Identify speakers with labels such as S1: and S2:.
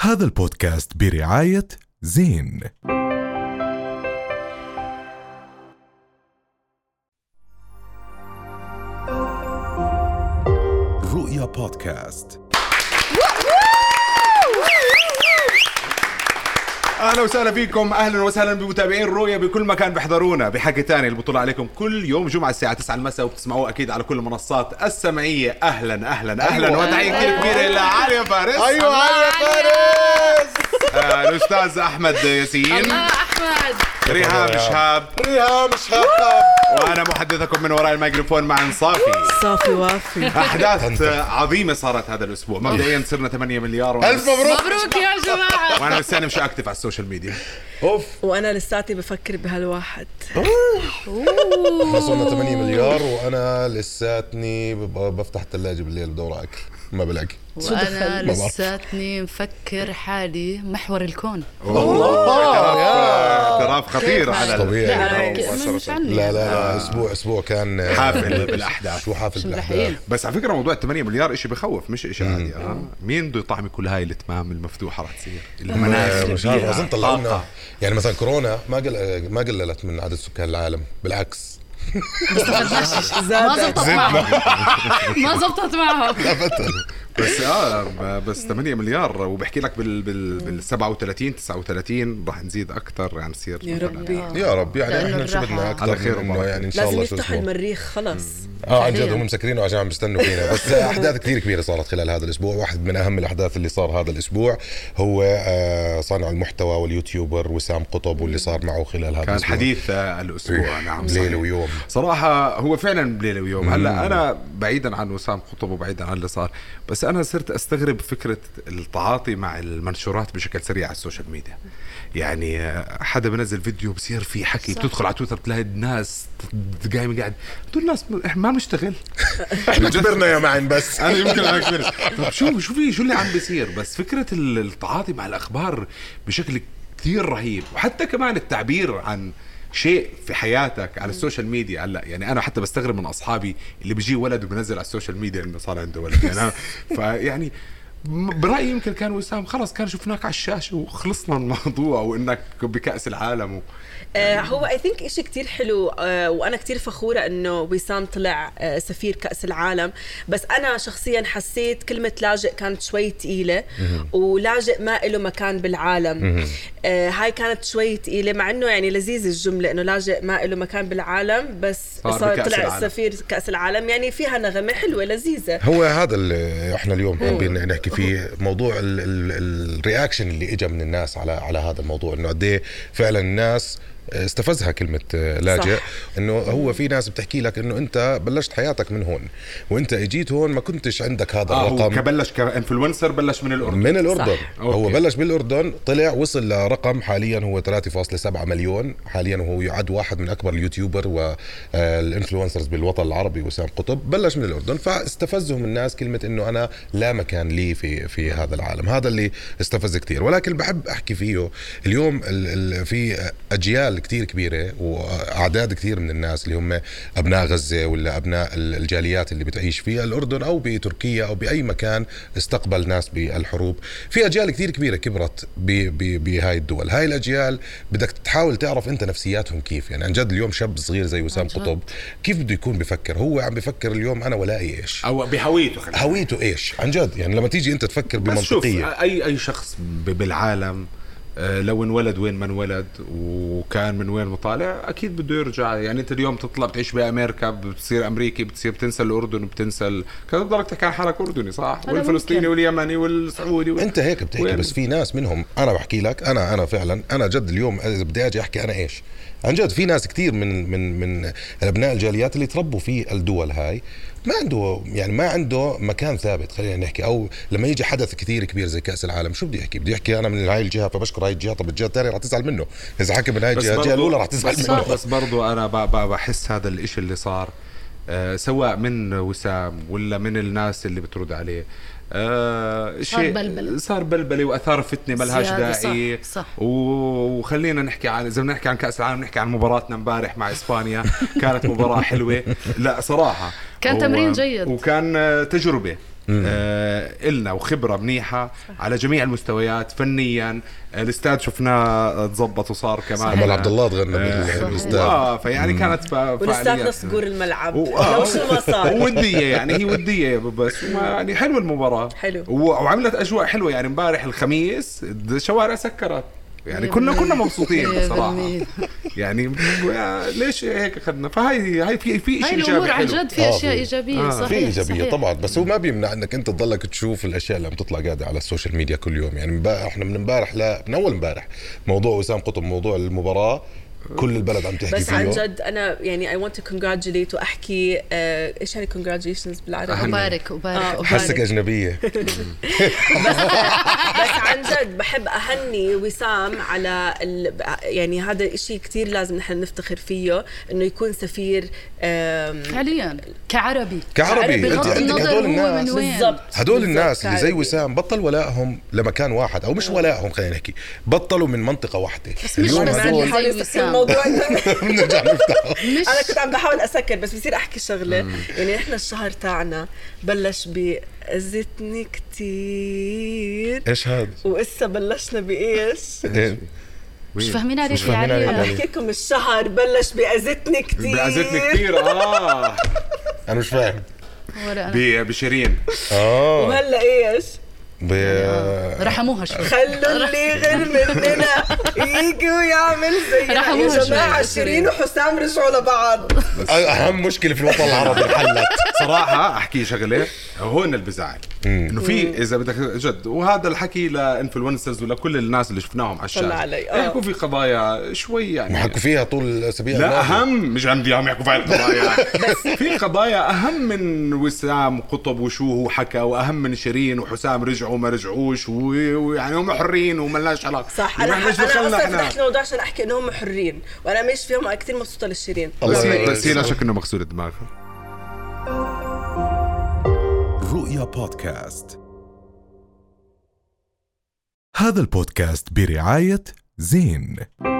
S1: هذا البودكاست برعاية زين رؤيا بودكاست
S2: اهلا وسهلا فيكم اهلا وسهلا بمتابعين رؤيا بكل مكان بيحضرونا بحكي تاني البطوله عليكم كل يوم جمعه الساعه 9 المساء وبتسمعوه اكيد على كل المنصات السمعيه اهلا اهلا اهلا أيوة. وتحيه كثير كبيره لعليا فارس
S3: ايوه يا فارس
S2: آه، الاستاذ احمد ياسين
S4: الله احمد
S2: ريهام شهاب
S3: ريهام شهاب
S2: وانا محدثكم من وراء الميكروفون مع انصافي
S4: صافي وافي
S2: احداث آه، عظيمه صارت هذا الاسبوع مبدئيا صرنا 8 مليار وأنا-
S3: الف مبروك
S4: مبروك يا جماعه
S2: وانا لساني مش اكتف على السوشيال ميديا
S3: اوف
S4: وانا لساتي بفكر بهالواحد
S3: وصلنا 8 مليار وانا لساتني ب- بفتح الثلاجه بالليل بدور على اكل ما بلاقي
S5: وانا
S3: ما بعرف.
S5: لساتني مفكر حالي محور الكون
S2: اعتراف اعتراف خطير على ال-
S3: طبيعي. لا،
S2: على
S5: كيف-
S2: المؤثر
S5: مش
S2: الصوتي.
S5: عني.
S3: لا لا لا اسبوع اسبوع كان آه، يعني
S2: حافل بالأحداث.
S3: شو حافل
S5: شو
S3: بالاحداث
S5: ملحقين.
S2: بس على فكره موضوع ال 8 مليار شيء بخوف مش شيء عادي آه. مين بده يطعمي كل هاي الاتمام المفتوحه رح تصير
S3: آه،
S2: المنازل
S3: مش عارف
S2: فيها
S3: اظن طلعونا
S2: طاقة.
S3: يعني مثلا كورونا ما قل... آه، ما قللت من عدد سكان العالم بالعكس
S5: ما زبطت معهم ما زبطت معهم
S2: بس اه ب- بس 8 مليار وبحكي لك بال, بال, بال 37 39 رح نزيد اكثر يعني نصير
S4: يا
S2: مثلاً.
S4: ربي
S3: يا رب يعني
S5: لأنه
S3: احنا شو
S5: الراحة.
S3: بدنا اكثر
S2: على خير
S3: من إنه
S2: وبركة.
S3: يعني ان شاء
S4: لازم
S3: الله شو
S4: يفتحوا
S3: اسمه
S4: المريخ خلص
S3: اه عن جد
S5: فعلياً.
S3: هم مسكرينه عشان عم يستنوا فينا بس احداث كثير كبيره صارت خلال هذا الاسبوع واحد من اهم الاحداث اللي صار هذا الاسبوع هو آه، صانع المحتوى واليوتيوبر وسام قطب واللي صار معه خلال هذا
S2: كان
S3: الاسبوع
S2: حديث آه، الاسبوع نعم
S3: ليل
S2: صحيح.
S3: إيه، ويوم
S2: صراحة هو فعلا بليلة ويوم هلا أنا بعيدا عن وسام قطب وبعيدا عن اللي صار بس أنا صرت أستغرب فكرة التعاطي مع المنشورات بشكل سريع على السوشيال ميديا يعني آه، حدا بنزل فيديو بصير في حكي صح. بتدخل على تويتر بتلاقي الناس قايمة قاعد بتقول الناس م- إحنا ما بنشتغل
S3: احنا كبرنا يا معن بس
S2: انا يمكن انا كبرت طب شو شو في شو اللي عم بيصير بس فكره ال- التعاطي مع الاخبار بشكل كثير رهيب وحتى كمان التعبير عن شيء في حياتك على السوشيال ميديا هلا يعني انا حتى بستغرب من اصحابي اللي بيجي ولد وبنزل على السوشيال ميديا انه صار عنده ولد يعني أنا- فيعني م- برايي يمكن كان وسام خلص كان شفناك على الشاشه وخلصنا من الموضوع وانك بكاس العالم و...
S4: آه هو اي ثينك شيء كثير حلو آه وانا كثير فخوره انه وسام طلع آه سفير كاس العالم بس انا شخصيا حسيت كلمه لاجئ كانت شوي ثقيله ولاجئ ما له مكان بالعالم آه هاي كانت شوي ثقيله مع انه يعني لذيذ الجمله انه لاجئ ما له مكان بالعالم بس
S2: صار
S4: صار
S2: بكأس
S4: طلع
S2: العالم.
S4: سفير كاس العالم يعني فيها نغمه حلوه لذيذه
S3: هو هذا اللي احنا اليوم حابين نحكي فيه موضوع ال- ال- الرياكشن اللي اجى من الناس على على هذا الموضوع انه قد إيه فعلا الناس استفزها كلمة لاجئ
S4: صح.
S3: انه هو في ناس بتحكي لك انه انت بلشت حياتك من هون وانت اجيت هون ما كنتش عندك هذا
S2: اه هو
S3: الرقم
S2: كبلش كانفلونسر بلش من الاردن
S3: من الاردن
S4: صح.
S3: هو
S2: أوكي.
S3: بلش بالاردن طلع وصل لرقم حاليا هو 3.7 مليون حاليا وهو يعد واحد من اكبر اليوتيوبر والانفلونسرز بالوطن العربي وسام قطب بلش من الاردن فاستفزهم الناس كلمه انه انا لا مكان لي في في هذا العالم هذا اللي استفز كثير ولكن اللي بحب احكي فيه اليوم ال ال في اجيال كثير كبيره واعداد كثير من الناس اللي هم ابناء غزه ولا ابناء ال- الجاليات اللي بتعيش في الاردن او بتركيا او باي مكان استقبل ناس بالحروب في اجيال كثير كبيره كبرت ب- ب- بهاي الدول هاي الاجيال بدك تحاول تعرف انت نفسياتهم كيف يعني عن جد اليوم شاب صغير زي وسام
S5: عن جد.
S3: قطب كيف بده يكون بفكر هو عم بفكر اليوم انا ولائي ايش
S2: او بهويته خلينا
S3: هويته ايش عن جد يعني لما تيجي انت تفكر
S2: بس شوف
S3: بمنطقيه
S2: اي اي شخص ب- بالعالم آه، لو انولد وين ما انولد وكان من وين مطالع اكيد بده يرجع يعني انت اليوم تطلع بتعيش بامريكا بتصير امريكي بتصير بتنسى الاردن بتنسى ال- كذا بتضلك تحكي عن حالك اردني صح والفلسطيني
S5: ممكن.
S2: واليمني والسعودي وال...
S3: انت هيك بتحكي
S2: وين؟
S3: بس في ناس منهم انا بحكي لك انا انا فعلا انا جد اليوم اذا بدي اجي احكي انا ايش عن جد في ناس كثير من من من ابناء الجاليات اللي تربوا في الدول هاي ما عنده يعني ما عنده مكان ثابت خلينا نحكي او لما يجي حدث كثير كبير زي كاس العالم شو بدي احكي بدي احكي انا من هاي الجهه فبشكر هاي الجهه طب الجهه الثانيه رح تزعل منه اذا حكى من هاي
S2: بس
S3: الجهه الجهه
S2: برضو-
S3: الاولى رح تزعل
S2: بس,
S3: منه
S2: بس برضو انا ب- ب- بحس هذا الاشي اللي صار آه، سواء من وسام ولا من الناس اللي بترد عليه آه
S5: صار
S2: شيء
S5: بلبلة.
S2: صار بلبله واثار فتنه ملهاش
S5: زيادة، صح،
S2: داعي
S5: صح.
S2: و- وخلينا نحكي عن اذا بدنا نحكي عن كاس العالم نحكي عن مباراتنا امبارح مع اسبانيا كانت مباراه حلوه لا صراحه
S5: كان
S2: و-
S5: تمرين جيد.
S2: وكان آه، تجربه آه إلنا وخبرة منيحة على جميع المستويات فنيا الاستاد شفناه تزبط وصار كمان
S3: عمال عبد الله تغنى بال-
S2: آه،
S3: بالاستاد.
S2: آه فيعني كانت فا-
S4: ونستاهل
S2: فعاليات
S4: صقور الملعب
S2: و- آه.
S4: لو شو ما صار
S2: ودية يعني هي ودية بس وما- يعني حلوة المباراة
S4: حلو.
S2: و- وعملت أجواء حلوة يعني امبارح الخميس الشوارع سكرت يعني كنا كنا مبسوطين بصراحة
S5: 100%.
S2: يعني ب- ليش هيك اخذنا فهي هي في في
S5: هاي
S2: شيء
S5: الامور
S2: ايجابي
S5: عن
S2: حلو
S5: جد في
S3: آه،
S5: اشياء
S3: في-
S5: ايجابيه صحيح
S3: في ايجابيه
S5: صحيح.
S3: طبعا بس هو ما بيمنع انك انت تضلك تشوف الاشياء اللي عم تطلع قاعده على السوشيال ميديا كل يوم يعني امبارح احنا من امبارح لا من اول امبارح موضوع وسام قطب موضوع المباراه كل البلد عم تحكي
S4: بس
S3: فيه
S2: أيوه.
S4: عن جد انا يعني اي ونت تو congratulate واحكي آه، ايش يعني congratulations بالعربي
S5: وبارك
S4: آه.
S5: وبارك
S3: حسك
S5: وبارك
S3: اجنبيه
S4: بس عن جد بحب اهني وسام على ال... يعني هذا الشيء كثير لازم نحن نفتخر فيه انه يكون سفير آم،
S5: فعليا كعربي
S3: كعربي انت
S5: بغض
S3: عندك هدول
S5: النظر هو من
S3: الناس
S5: وين
S4: بالضبط
S3: هدول
S4: بالضبط
S3: الناس اللي زي
S5: يعني.
S4: كعربي.
S3: وسام بطل ولائهم لمكان واحد او مش ولائهم خلينا نحكي بطلوا من منطقه واحده
S5: آه. بس مش بس
S3: هدول
S5: زي
S4: بحاول أسكر
S5: وسام.
S4: الموضوع
S3: بنرجع نفتحه
S5: مش
S4: انا كنت عم بحاول اسكر بس بصير احكي شغله يعني احنا الشهر تاعنا بلش ب اذتني كثير
S3: ايش هذا؟
S4: وإسا بلشنا بايش؟
S3: إيه؟
S5: مش فاهمين عليك
S3: مش
S5: يعني. يا
S3: فاهمين عليك.
S5: علي
S4: بحكي لكم الشهر بلش باذتني كثير
S2: بعزتني كثير اه
S3: انا مش فاهم
S5: ولا أنا.
S2: ب- بشيرين
S3: اه
S4: وهلا ايش؟
S3: ب-
S5: آه. رحموها شوي
S4: خلوا اللي غير مننا يجي ويعمل زينا
S5: رحموها
S4: يا
S5: شوي
S4: جماعه
S5: يا
S4: شيرين
S5: شيرين.
S4: إيه وحسام رجعوا لبعض
S3: اهم مشكله في الوطن العربي انحلت
S2: صراحة احكي شغلة هون اللي بزعل انه في اذا بدك جد وهذا الحكي لانفلونسرز ولكل الناس اللي شفناهم على الشارع
S4: علي، آه.
S2: يحكوا في قضايا شوي يعني
S3: حكوا فيها طول الاسابيع
S2: لا
S3: الماضية.
S2: اهم مش عندي عم يحكوا في القضايا في قضايا اهم من وسام قطب وشو هو حكى واهم من شيرين وحسام رجعوا وما رجعوش و- ويعني هم حرين وما لناش علاقه
S4: صح انا
S2: ونحن
S4: انا
S2: شو دخلنا
S4: اصلا
S2: احنا
S4: فتحت الموضوع عشان احكي انهم حرين وانا مش فيهم انا كثير مبسوطه للشيرين
S3: الله
S2: بس هي
S3: يبارك
S2: بس هي لا
S3: فيك.
S2: شك انه مغسول دماغها
S1: رؤيا بودكاست هذا البودكاست برعاية زين